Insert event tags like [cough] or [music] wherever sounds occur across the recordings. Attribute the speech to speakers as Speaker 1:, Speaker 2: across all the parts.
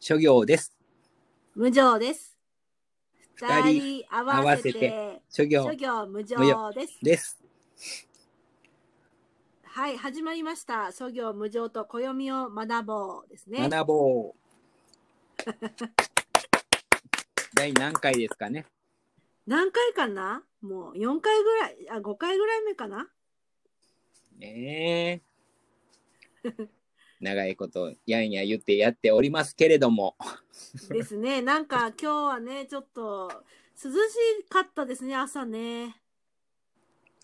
Speaker 1: 諸行です。
Speaker 2: 無常です。
Speaker 1: 二
Speaker 2: 二
Speaker 1: 人
Speaker 2: 人合わせて、
Speaker 1: 諸行
Speaker 2: 諸行無常です。
Speaker 1: です。
Speaker 2: はい、始まりました。諸行無常と暦を学ぼうですね。
Speaker 1: 学ぼう。第何回ですかね。
Speaker 2: 何回かなもう4回ぐらい、あ、5回ぐらい目か [laughs] な
Speaker 1: ねえ。長いことやんや言ってやっておりますけれども。
Speaker 2: ですね。なんか今日はね、ちょっと涼しかったですね、朝ね。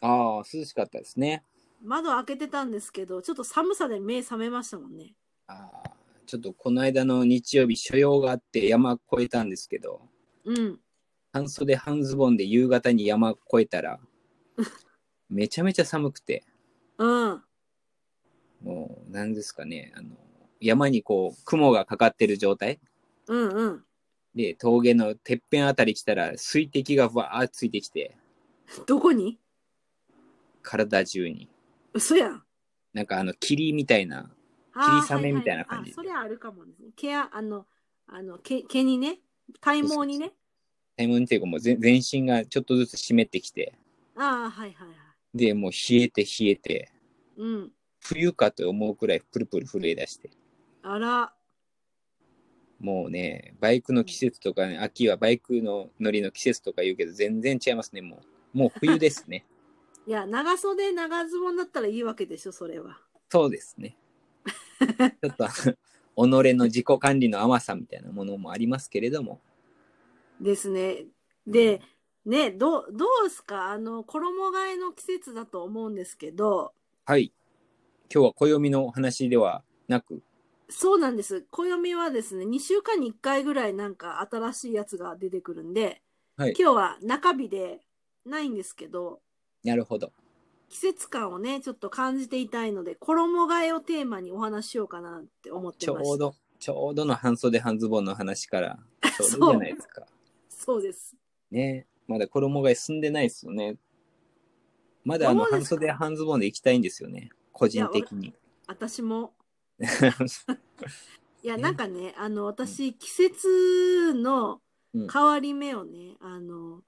Speaker 1: ああ、涼しかったですね。
Speaker 2: 窓開けてたんですけど、ちょっと寒さで目覚めましたもんね。
Speaker 1: ああ、ちょっとこの間の日曜日、所用があって山越えたんですけど、
Speaker 2: うん。
Speaker 1: 半袖半ズボンで夕方に山越えたら、めちゃめちゃ寒くて。
Speaker 2: うん。
Speaker 1: もう、なんですかね、あの、山にこう、雲がかかってる状態
Speaker 2: うんうん。
Speaker 1: で、峠のてっぺんあたり来たら、水滴がわーっついてきて、
Speaker 2: どこに
Speaker 1: 体中に。
Speaker 2: 嘘やん。
Speaker 1: なんかあの、霧みたいな。
Speaker 2: あー
Speaker 1: 霧雨みたいな感じ
Speaker 2: ははあそれあるかもですね。毛や、あの、あの毛毛にね、体毛にね。
Speaker 1: タイムっていうかもう全全身がちょっとずつ湿ってきて、
Speaker 2: ああ、はいはいはい。
Speaker 1: で、もう冷えて冷えて、
Speaker 2: うん。
Speaker 1: 冬かと思うくらいプルプル震え出して。
Speaker 2: あら、
Speaker 1: もうね、バイクの季節とかね、秋はバイクの乗りの季節とか言うけど、全然違いますね、もう。もう冬ですね。
Speaker 2: いや、長袖、長ズボンだったらいいわけでしょ、それは。
Speaker 1: そうですね。ちょっと、あの己の自己管理の甘さみたいなものもありますけれども。
Speaker 2: ですね。で、ね、どう、どうすかあの、衣替えの季節だと思うんですけど、
Speaker 1: はい。今日は暦のお話ではなく、
Speaker 2: そうなんです。暦はですね、2週間に1回ぐらいなんか新しいやつが出てくるんで、
Speaker 1: はい
Speaker 2: 今日は中日でないんですけど、
Speaker 1: なるほど。
Speaker 2: 季節感をね、ちょっと感じていたいので、衣替えをテーマにお話しようかなって思って
Speaker 1: ち
Speaker 2: ます。
Speaker 1: ょう。ど、ちょうどの半袖半ズボンの話から、ちょうどいいじゃないですか。
Speaker 2: そうです。
Speaker 1: ね。まだ衣替え進んでないですよね。まだあの
Speaker 2: そうで
Speaker 1: 半
Speaker 2: すか
Speaker 1: 袖半ズボンで行きたいんですよね。個人的に。
Speaker 2: 私も。
Speaker 1: [laughs]
Speaker 2: いや、
Speaker 1: ね
Speaker 2: なんかね、あの、私、季節の
Speaker 1: うん
Speaker 2: 変わり目をね、あの、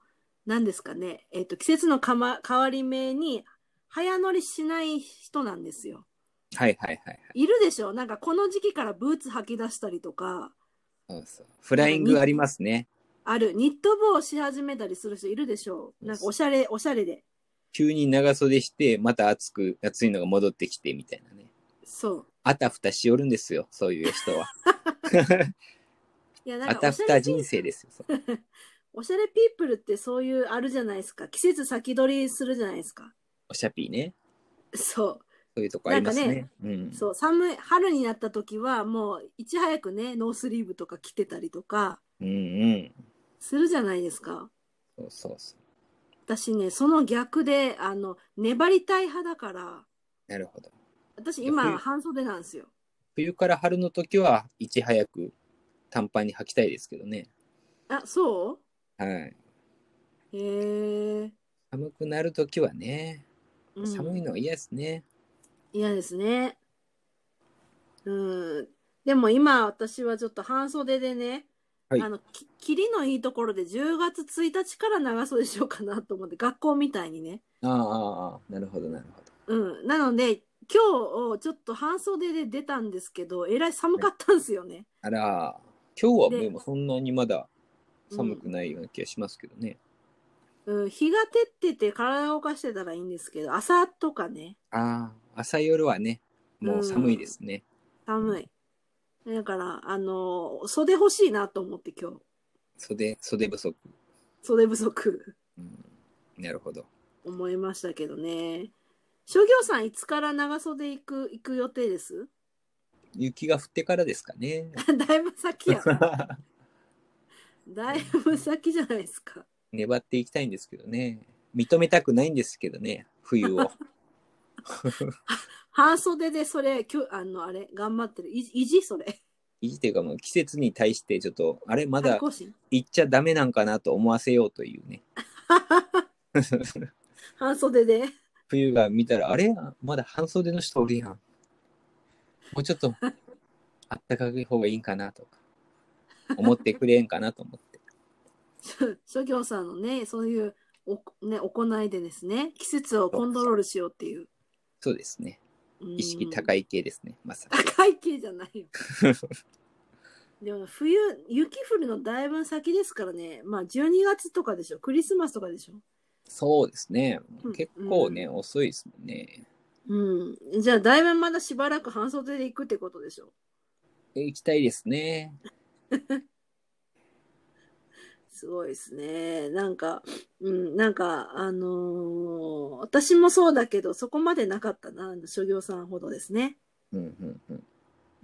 Speaker 2: 何ですかね、えっ、と、季節のか、ま、変わり目に、早乗りしない人なんですよ。
Speaker 1: はいはいはい。
Speaker 2: いるでしょなんかこの時期からブーツ履き出したりとか、
Speaker 1: そうそう。フライングありますね。
Speaker 2: ある、ニット帽をし始めたりする人いるでしょなんかおしゃれ、おしゃれで。
Speaker 1: 急に長袖して、また暑く、暑いのが戻ってきてみたいなね。
Speaker 2: そう。
Speaker 1: あたふたしよるんですよ、そういう人は。
Speaker 2: い [laughs] や、なん
Speaker 1: あ
Speaker 2: かお
Speaker 1: た
Speaker 2: し
Speaker 1: ふ
Speaker 2: ゃれ
Speaker 1: た人生ですよ。そう
Speaker 2: おしゃれピープルってそういうあるじゃないですか。季節先取りするじゃないですか。
Speaker 1: おしゃぴーね。
Speaker 2: そ
Speaker 1: そういうとこありますね。うん
Speaker 2: う。。そう。寒い、春になった時はもういち早くね、ノースリーブとか着てたりとか
Speaker 1: うんうん。
Speaker 2: するじゃないですか。
Speaker 1: そうそうそう。
Speaker 2: 私ね、その逆で、あの、粘りたい派だから、
Speaker 1: なるほど。
Speaker 2: 私
Speaker 1: いや
Speaker 2: 今
Speaker 1: 冬
Speaker 2: 半袖なんですよ。
Speaker 1: 冬から春の時は、いち早く短パンに履きたいですけどね。
Speaker 2: あ、そ
Speaker 1: はい。
Speaker 2: うへえ。
Speaker 1: 寒くなる時はね、
Speaker 2: うん
Speaker 1: 寒いのは嫌ですね。
Speaker 2: 嫌ですね。うん。でも今私はちょっと半袖でね、
Speaker 1: はい
Speaker 2: あの、き霧のいいところで10月1日から長袖しようかなと思って、学校みたいにね。
Speaker 1: ああああああ、なるほどなるほど。
Speaker 2: うん。なので、今日ちょっと半袖で出たんですけど、えらい寒かったんですよね。
Speaker 1: あら、今日は
Speaker 2: で
Speaker 1: でもそんなにまだ寒くないような気がしますけどね。
Speaker 2: うん。日が照ってて体を動かしてたらいいんですけど、朝とかね、
Speaker 1: ああ、朝夜はね、もう寒いですね。
Speaker 2: 寒い。だから、あの、袖欲しいなと思って今日。
Speaker 1: 袖、袖不足。
Speaker 2: 袖不足。
Speaker 1: うん、なるほど。
Speaker 2: 思いましたけどね。諸行さん、いつから長袖行く、行く予定です [laughs]
Speaker 1: 雪が降ってからですかね。 [laughs]
Speaker 2: だいぶ先や。だいぶ先じゃないですか。
Speaker 1: 粘っていきたいんですけどね。認めたくないんですけどね、冬
Speaker 2: [laughs]
Speaker 1: を。
Speaker 2: 半袖でそれ、きょあの、あれ、頑張ってる。い意地それ。
Speaker 1: いいというかもう季節に対してちょっと、あれま
Speaker 2: 対
Speaker 1: だ
Speaker 2: 抗心。
Speaker 1: 行っちゃダメなんかなと思わせようというね。
Speaker 2: 半袖で。 [laughs]
Speaker 1: 冬が見たら、あれまだ半袖の人おるやん。もうちょっと、あったかい方がいいんかなとか。思ってくれんかなと思って。
Speaker 2: 諸行さんのね、そういうお、ね、行いでですね、季節をコントロールしようっていう。
Speaker 1: そうですね。意識高
Speaker 2: い。
Speaker 1: い系ですね、まさに。
Speaker 2: 高い系じゃないよ。 [laughs] でも冬、雪降るのだいぶ先ですからね、まあ12月とかでしょ、クリスマスとかでしょ。
Speaker 1: そうですね
Speaker 2: うん。
Speaker 1: 結構ね、遅いですもんね。
Speaker 2: うん。じゃあだいぶまだしばらく半袖で行くってことでしょ。
Speaker 1: え行きたいですね。
Speaker 2: すごいですね。なんか、うん、なんか、あのー私もそうだけど、そこまでなかったな、あの諸行さんほどですね。
Speaker 1: うんうんうん。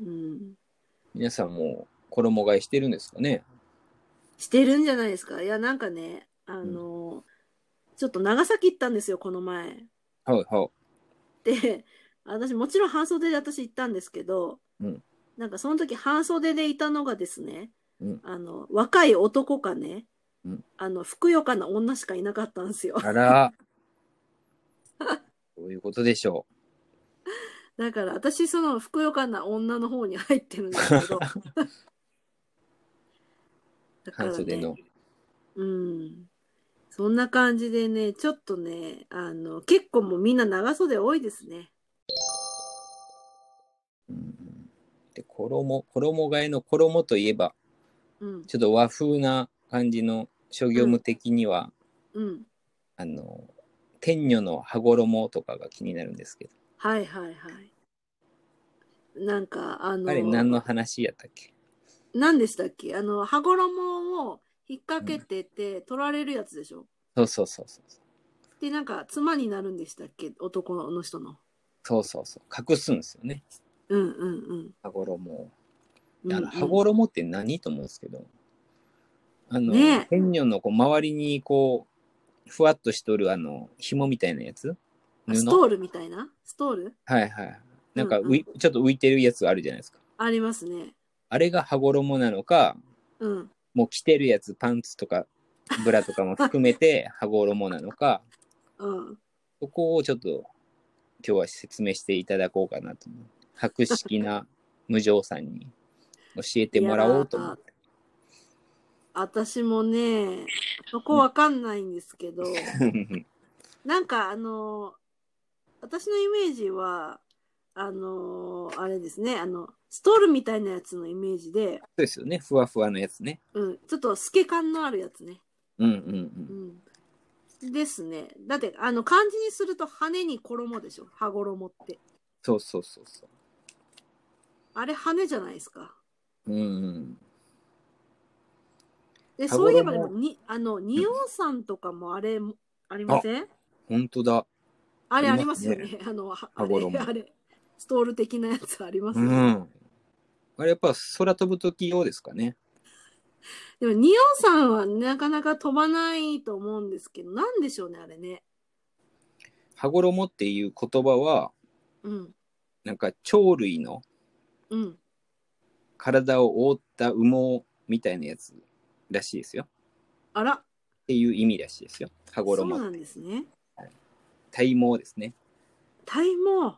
Speaker 2: うん。
Speaker 1: 皆さんもう衣替えしてるんですかね。
Speaker 2: してるんじゃないですか。いや、なんかね、あのーちょっと長崎行ったんですよ、この前。
Speaker 1: はいは
Speaker 2: で、 [laughs] 私もちろん半袖で私行ったんですけど、
Speaker 1: うん
Speaker 2: なんかその時半袖でいたのがですね、
Speaker 1: うん
Speaker 2: あの、若い男かね、
Speaker 1: うん
Speaker 2: あの、ふくよかな女しかいなかったんですよ [laughs]
Speaker 1: い。。あら。どういうことでしょ
Speaker 2: だから私そのふくよかな女の方に入ってるんですけど。だ
Speaker 1: う。
Speaker 2: か
Speaker 1: [laughs]
Speaker 2: ら
Speaker 1: 半袖
Speaker 2: ね
Speaker 1: の。
Speaker 2: うん。そんな感じでね、ちょっとね、あの、結構もうみんな長袖多いですね。
Speaker 1: うんうんで衣衣替えの衣といえば
Speaker 2: うん。
Speaker 1: ちょっと和風な感じの諸行無的には、
Speaker 2: うん。
Speaker 1: あの天女の羽衣とかが気になるんですけど
Speaker 2: はいはいはい。なんか、あの、
Speaker 1: あれ何の話やったっけ
Speaker 2: 何でしたっけあの、羽衣を引っ掛けてて、取られるやつでしょ
Speaker 1: そうそうそうそう
Speaker 2: で、なんか、妻になるんでしたっけ男の人の。
Speaker 1: そうそうそう隠すんですよね
Speaker 2: うんうんうん
Speaker 1: 羽衣を
Speaker 2: うんうん。
Speaker 1: であの羽衣って何と思うんですけどあの、
Speaker 2: ねえ
Speaker 1: 天女のこう周りにこうふわっとしとるあの紐みたいなやつ布
Speaker 2: ストールみたいなストール
Speaker 1: はいはいなんか
Speaker 2: うんうん
Speaker 1: ういちょっと浮いてるやつあるじゃないですか
Speaker 2: ありますね。
Speaker 1: あれが羽衣なのか
Speaker 2: うん。
Speaker 1: もう着てるやつ、パンツとか、ブラとかも含め
Speaker 2: [laughs]
Speaker 1: て、羽衣なのか、
Speaker 2: うん。
Speaker 1: そこをちょっと今日は説明していただこうかなと思う。博識な無常さんに教えてもらおうと思って。
Speaker 2: 私もね、そこわかんないんですけど、
Speaker 1: [laughs]
Speaker 2: なんかあの、私のイメージは、あの、あれですね、あの、ストールみたいなやつのイメージで、
Speaker 1: そうですよね。ふわふわのやつね。
Speaker 2: うん、ちょっと透け感のあるやつね。
Speaker 1: うんうんう。
Speaker 2: うんん。ですね。だって、あの、漢字にすると羽に衣でしょ。羽衣って。
Speaker 1: そうそうそうそ
Speaker 2: あれ羽じゃないですか。
Speaker 1: う。うんうん。
Speaker 2: で、
Speaker 1: 羽
Speaker 2: そういえばで
Speaker 1: 衣
Speaker 2: も、に、あの、仁王さんとかもあれ、ありません
Speaker 1: ほんとだ。
Speaker 2: あれあ
Speaker 1: あ
Speaker 2: り
Speaker 1: り
Speaker 2: ま
Speaker 1: ますす
Speaker 2: よ
Speaker 1: ね
Speaker 2: ね。 [laughs] あの、はあ
Speaker 1: 羽
Speaker 2: れ
Speaker 1: 衣、
Speaker 2: あれ、ストール的なやつあります
Speaker 1: う
Speaker 2: よね。
Speaker 1: ん。あれやっぱ空飛ぶ時用ですかね。
Speaker 2: でも、ニオンさんはなかなか飛ばないと思うんですけど、なんでしょうね、あれね。
Speaker 1: 羽衣っていう言葉は、
Speaker 2: うん、
Speaker 1: なんか鳥類の
Speaker 2: うん。
Speaker 1: 体を覆った羽毛みたいなやつらしいですよ。
Speaker 2: あら、
Speaker 1: っていう意味らしいですよ。羽
Speaker 2: そう
Speaker 1: 衣。
Speaker 2: なんですね。
Speaker 1: 体毛ですね。
Speaker 2: 体毛。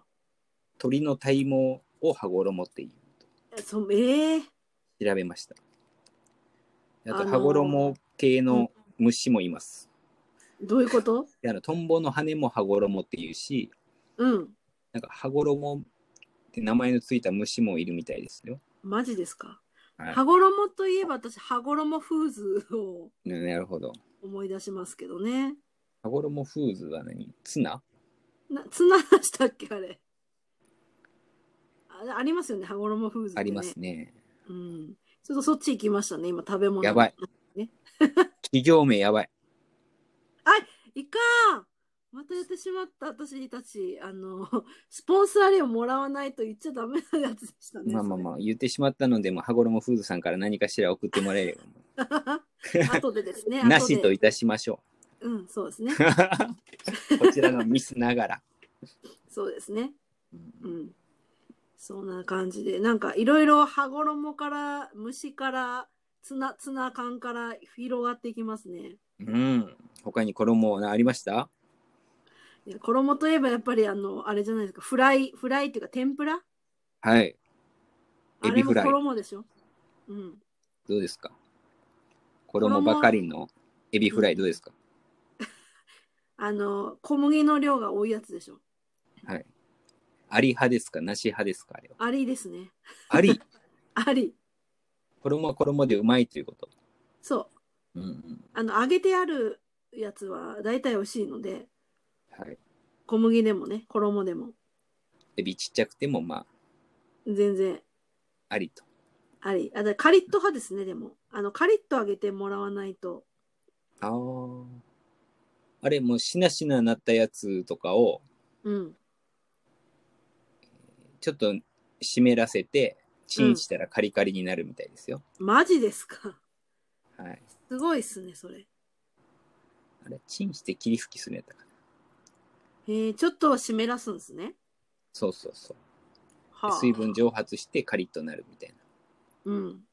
Speaker 1: 鳥の体毛を羽衣っていう
Speaker 2: えそええ
Speaker 1: と調べました。あ
Speaker 2: あ
Speaker 1: と、
Speaker 2: のー
Speaker 1: 羽衣系の虫もいます。
Speaker 2: どういうこと
Speaker 1: であのトンボの羽も羽衣っていうし、
Speaker 2: うん。
Speaker 1: なんか羽衣って名前のついた虫もいるみたいですよ。
Speaker 2: マジですか。
Speaker 1: はい
Speaker 2: 羽衣といえば私、羽衣フーズを
Speaker 1: ねなるほど。
Speaker 2: 思い出しますけどね。
Speaker 1: 羽衣フーズは何ツナ
Speaker 2: な、ツナでしたっけ、あれ。あありますよね、羽衣フーズ、ね。
Speaker 1: ありますね。
Speaker 2: うん。ちょっとそっち行きましたね、今食べ物。
Speaker 1: やばい。企業名やばい。
Speaker 2: いかんまたやってしまった私たち、あの、スポンサー料もらわないと言っちゃダメなやつでしたね。
Speaker 1: まあまあま
Speaker 2: あ。
Speaker 1: あ、言ってしまったので、まあ、羽衣フーズさんから何かしら送ってもらえ
Speaker 2: [laughs]
Speaker 1: れば。 [laughs]
Speaker 2: 後でですね。
Speaker 1: なし
Speaker 2: 後
Speaker 1: と
Speaker 2: で。
Speaker 1: いたしましょ
Speaker 2: うん、そ
Speaker 1: [laughs]
Speaker 2: うですね。
Speaker 1: う。こちらのミスなが
Speaker 2: [laughs]
Speaker 1: ら。
Speaker 2: そうですね。うん。そんな感じで、なんかいろいろ羽衣から、虫から、ツナ、ツナ缶から広がっていきますね。
Speaker 1: うん。他に衣はありました
Speaker 2: いや衣といえばやっぱりあの、あれじゃないですか、フライ、フライっていうか天ぷら
Speaker 1: はい。エビフライ
Speaker 2: あれも衣でしょうん。
Speaker 1: どうですか衣ばかりのエビフライどうですか、
Speaker 2: あの、小麦の量が多いやつでしょ。
Speaker 1: はい。あり派ですかなし派ですかあれは。
Speaker 2: ありですね。
Speaker 1: あ
Speaker 2: [laughs]
Speaker 1: り
Speaker 2: あり。
Speaker 1: 衣は衣でうまいということ。
Speaker 2: そう。
Speaker 1: うんうん。
Speaker 2: あの、揚げてあるやつは大体美味しいので、
Speaker 1: はい。
Speaker 2: 小麦でもね、衣でも、
Speaker 1: エビちっちゃくても、まあ、
Speaker 2: 全然
Speaker 1: ありと。
Speaker 2: あり。あ、だカリッと派ですね、でも。あの、カリッと揚げてもらわないと。
Speaker 1: ああ。あれ、もうしなしななったやつとかを、
Speaker 2: うん。
Speaker 1: ちょっと湿らせて、チンしたらカリカリになるみたいですよ。
Speaker 2: マジですか。
Speaker 1: はい。
Speaker 2: すごいっすね、それ。
Speaker 1: あれ、チンして霧吹きするやったかな。
Speaker 2: えー、ちょっと湿らすんですね。
Speaker 1: そうそうそう。
Speaker 2: はあ、
Speaker 1: 水分蒸発してカリッとなるみたいな。
Speaker 2: うん。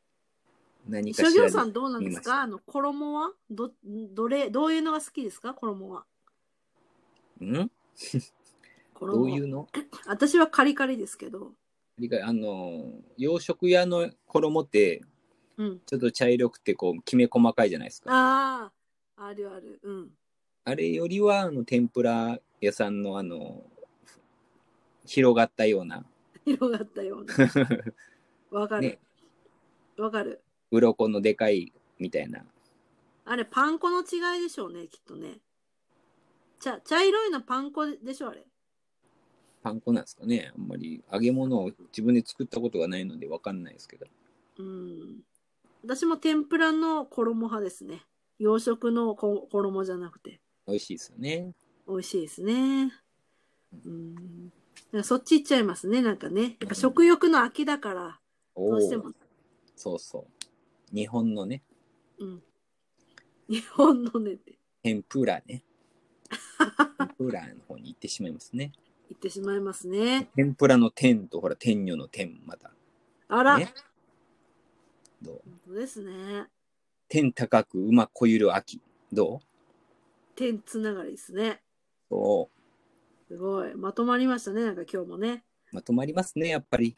Speaker 1: 何か
Speaker 2: 諸
Speaker 1: しら
Speaker 2: 行
Speaker 1: に
Speaker 2: さんどうなんです
Speaker 1: 見ました
Speaker 2: かあの、衣はど、どれ、どういうのが好きですか衣は。
Speaker 1: ん
Speaker 2: 衣
Speaker 1: ど
Speaker 2: は
Speaker 1: ういうの
Speaker 2: 私はカリカリですけど。
Speaker 1: 理解あの洋食屋の衣って
Speaker 2: うん。
Speaker 1: ちょっと茶色くてこうきめ細かいじゃないですかあ
Speaker 2: ああ、あるある。うん。 [laughs]
Speaker 1: れよりはあの天ぷら屋さんのあの広がったような
Speaker 2: 広がったような。
Speaker 1: [laughs]
Speaker 2: わかる
Speaker 1: ね。
Speaker 2: わ、かる。
Speaker 1: 鱗のでかいみたいな
Speaker 2: あれ、パン粉の違いでしょうね、きっとね。茶、茶色いのパン粉でしょ、あれ。
Speaker 1: パン粉なんですかねあんまり揚げ物を自分で作ったことがないのでわかんないですけど
Speaker 2: うん。私も天ぷらの衣派ですね。洋食のこ衣じゃなくて。
Speaker 1: 美味しいですよね
Speaker 2: 美味しいですね。うん。だからそっち行っちゃいますね、なんかね。やっぱ食欲の秋だから、
Speaker 1: お
Speaker 2: ど
Speaker 1: お
Speaker 2: うしても。
Speaker 1: そうそう日本のね
Speaker 2: うん。日本のねって
Speaker 1: 天ぷらね天ぷらの方に行ってしまいますね
Speaker 2: 言ってしまいますね。
Speaker 1: 天ぷらの天とほら天女の天また
Speaker 2: あら、
Speaker 1: ねどう
Speaker 2: 本当ですね。
Speaker 1: 天高く馬こゆる秋ど
Speaker 2: 点つながりですね。
Speaker 1: うそ
Speaker 2: すごい。まとまりましたね、なんか今日もね。
Speaker 1: うまとまりますねやっぱり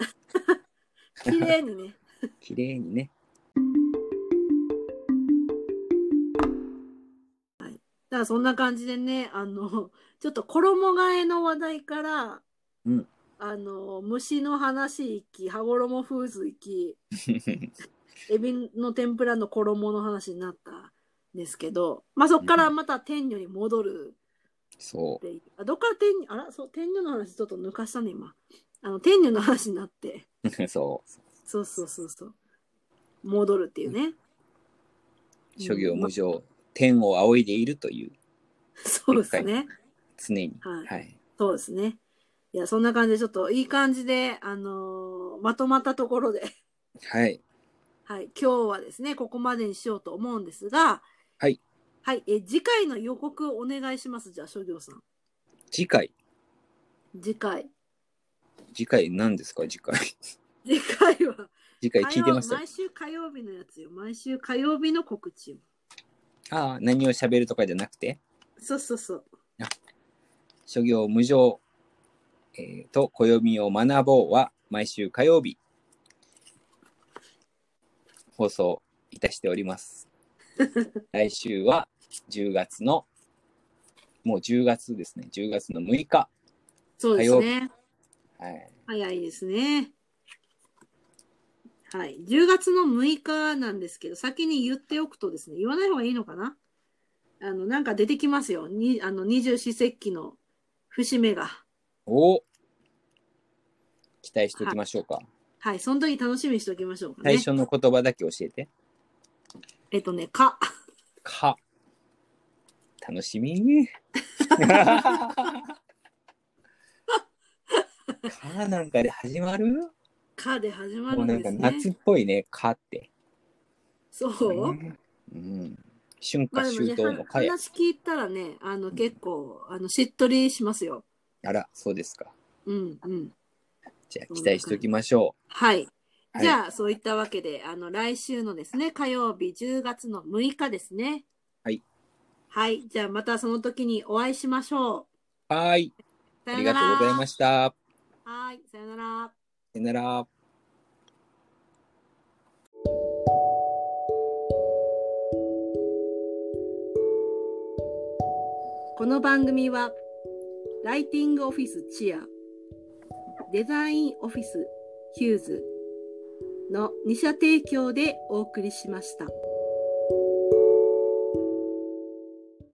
Speaker 2: 綺麗にね。
Speaker 1: 綺麗にね
Speaker 2: だからそんな感じでね、あの、 [laughs] ちょっと衣替えの話題から、
Speaker 1: うん
Speaker 2: あの、虫の話行き、羽衣フーズ行き、
Speaker 1: [laughs]
Speaker 2: エビの天ぷらの衣の話になったんですけど、まあそこからまた天女に戻る
Speaker 1: そ
Speaker 2: っ
Speaker 1: う
Speaker 2: ていうあどっから天女、あら、そう、天女の話ちょっと抜かしたね、今。あの、天女の話になって、
Speaker 1: [laughs] そ
Speaker 2: そうそうそうそう。戻るっていうね。
Speaker 1: う諸行無常天を仰いでいるという
Speaker 2: そうですね。
Speaker 1: 常に
Speaker 2: はい
Speaker 1: はい、
Speaker 2: そうですね。いや、そんな感じで、ちょっといい感じで、あのーまとまったところで、 [laughs]
Speaker 1: はい、
Speaker 2: はい、今日はですね、ここまでにしようと思うんですが、
Speaker 1: はい。
Speaker 2: はい、え、次回の予告お願いします。じゃあ、諸行さん。
Speaker 1: 次回
Speaker 2: 次回。 [laughs]
Speaker 1: 次回何ですか次回 [laughs]
Speaker 2: 次回は、
Speaker 1: 次回聞いてまし
Speaker 2: 火
Speaker 1: た
Speaker 2: 曜毎週火曜日のやつよ。毎週火曜日の告知。
Speaker 1: ああ何を喋るとかじゃなくて
Speaker 2: そうそうそう。
Speaker 1: 諸行無常、えーと暦を学ぼうは毎週火曜日放送いたしており
Speaker 2: [laughs]
Speaker 1: ます。来週は10月のもう10月ですね。10月の6日。
Speaker 2: そうですね。
Speaker 1: はい。
Speaker 2: 早いですね。はい。10月の6日なんですけど、先に言っておくとですね、言わない方がいいのかなあの、なんか出てきますよ。にあの二十四節気の節目が。
Speaker 1: おお期待しておきましょうか。
Speaker 2: はい。その時楽しみにしておきましょうか
Speaker 1: 最
Speaker 2: ね。
Speaker 1: 初の言葉だけ教えて。
Speaker 2: えっとね、か。
Speaker 1: か。楽し
Speaker 2: [laughs]
Speaker 1: み。かなんかで始まる
Speaker 2: かで始ま
Speaker 1: も
Speaker 2: る
Speaker 1: うんなん
Speaker 2: で
Speaker 1: か
Speaker 2: す
Speaker 1: 夏
Speaker 2: ね。
Speaker 1: っぽいね、蚊って。
Speaker 2: そう。
Speaker 1: うん。春
Speaker 2: まあ
Speaker 1: 夏
Speaker 2: で
Speaker 1: 秋
Speaker 2: もね、
Speaker 1: 冬の蚊や。
Speaker 2: 話聞いたらね、あの、結構、あの、しっとりしますよ。
Speaker 1: あら、そうですか。
Speaker 2: うん、うん。
Speaker 1: じゃあ期待しておきましょ
Speaker 2: はい。
Speaker 1: う。は
Speaker 2: じ
Speaker 1: い、
Speaker 2: ゃあ、そういったわけで、あの、来週のですね、火曜日10月の6日ですね。
Speaker 1: はい。
Speaker 2: はい。じゃあ、またその時にお会いしましょ
Speaker 1: はーい。
Speaker 2: う。
Speaker 1: あ
Speaker 2: さよ
Speaker 1: り
Speaker 2: な
Speaker 1: が
Speaker 2: ら。
Speaker 1: とうございました。
Speaker 2: はい。さよなら。
Speaker 1: さよなら。
Speaker 2: この番組は、ライティングオフィスチア、デザインオフィスヒューズの2社提供でお送りしました。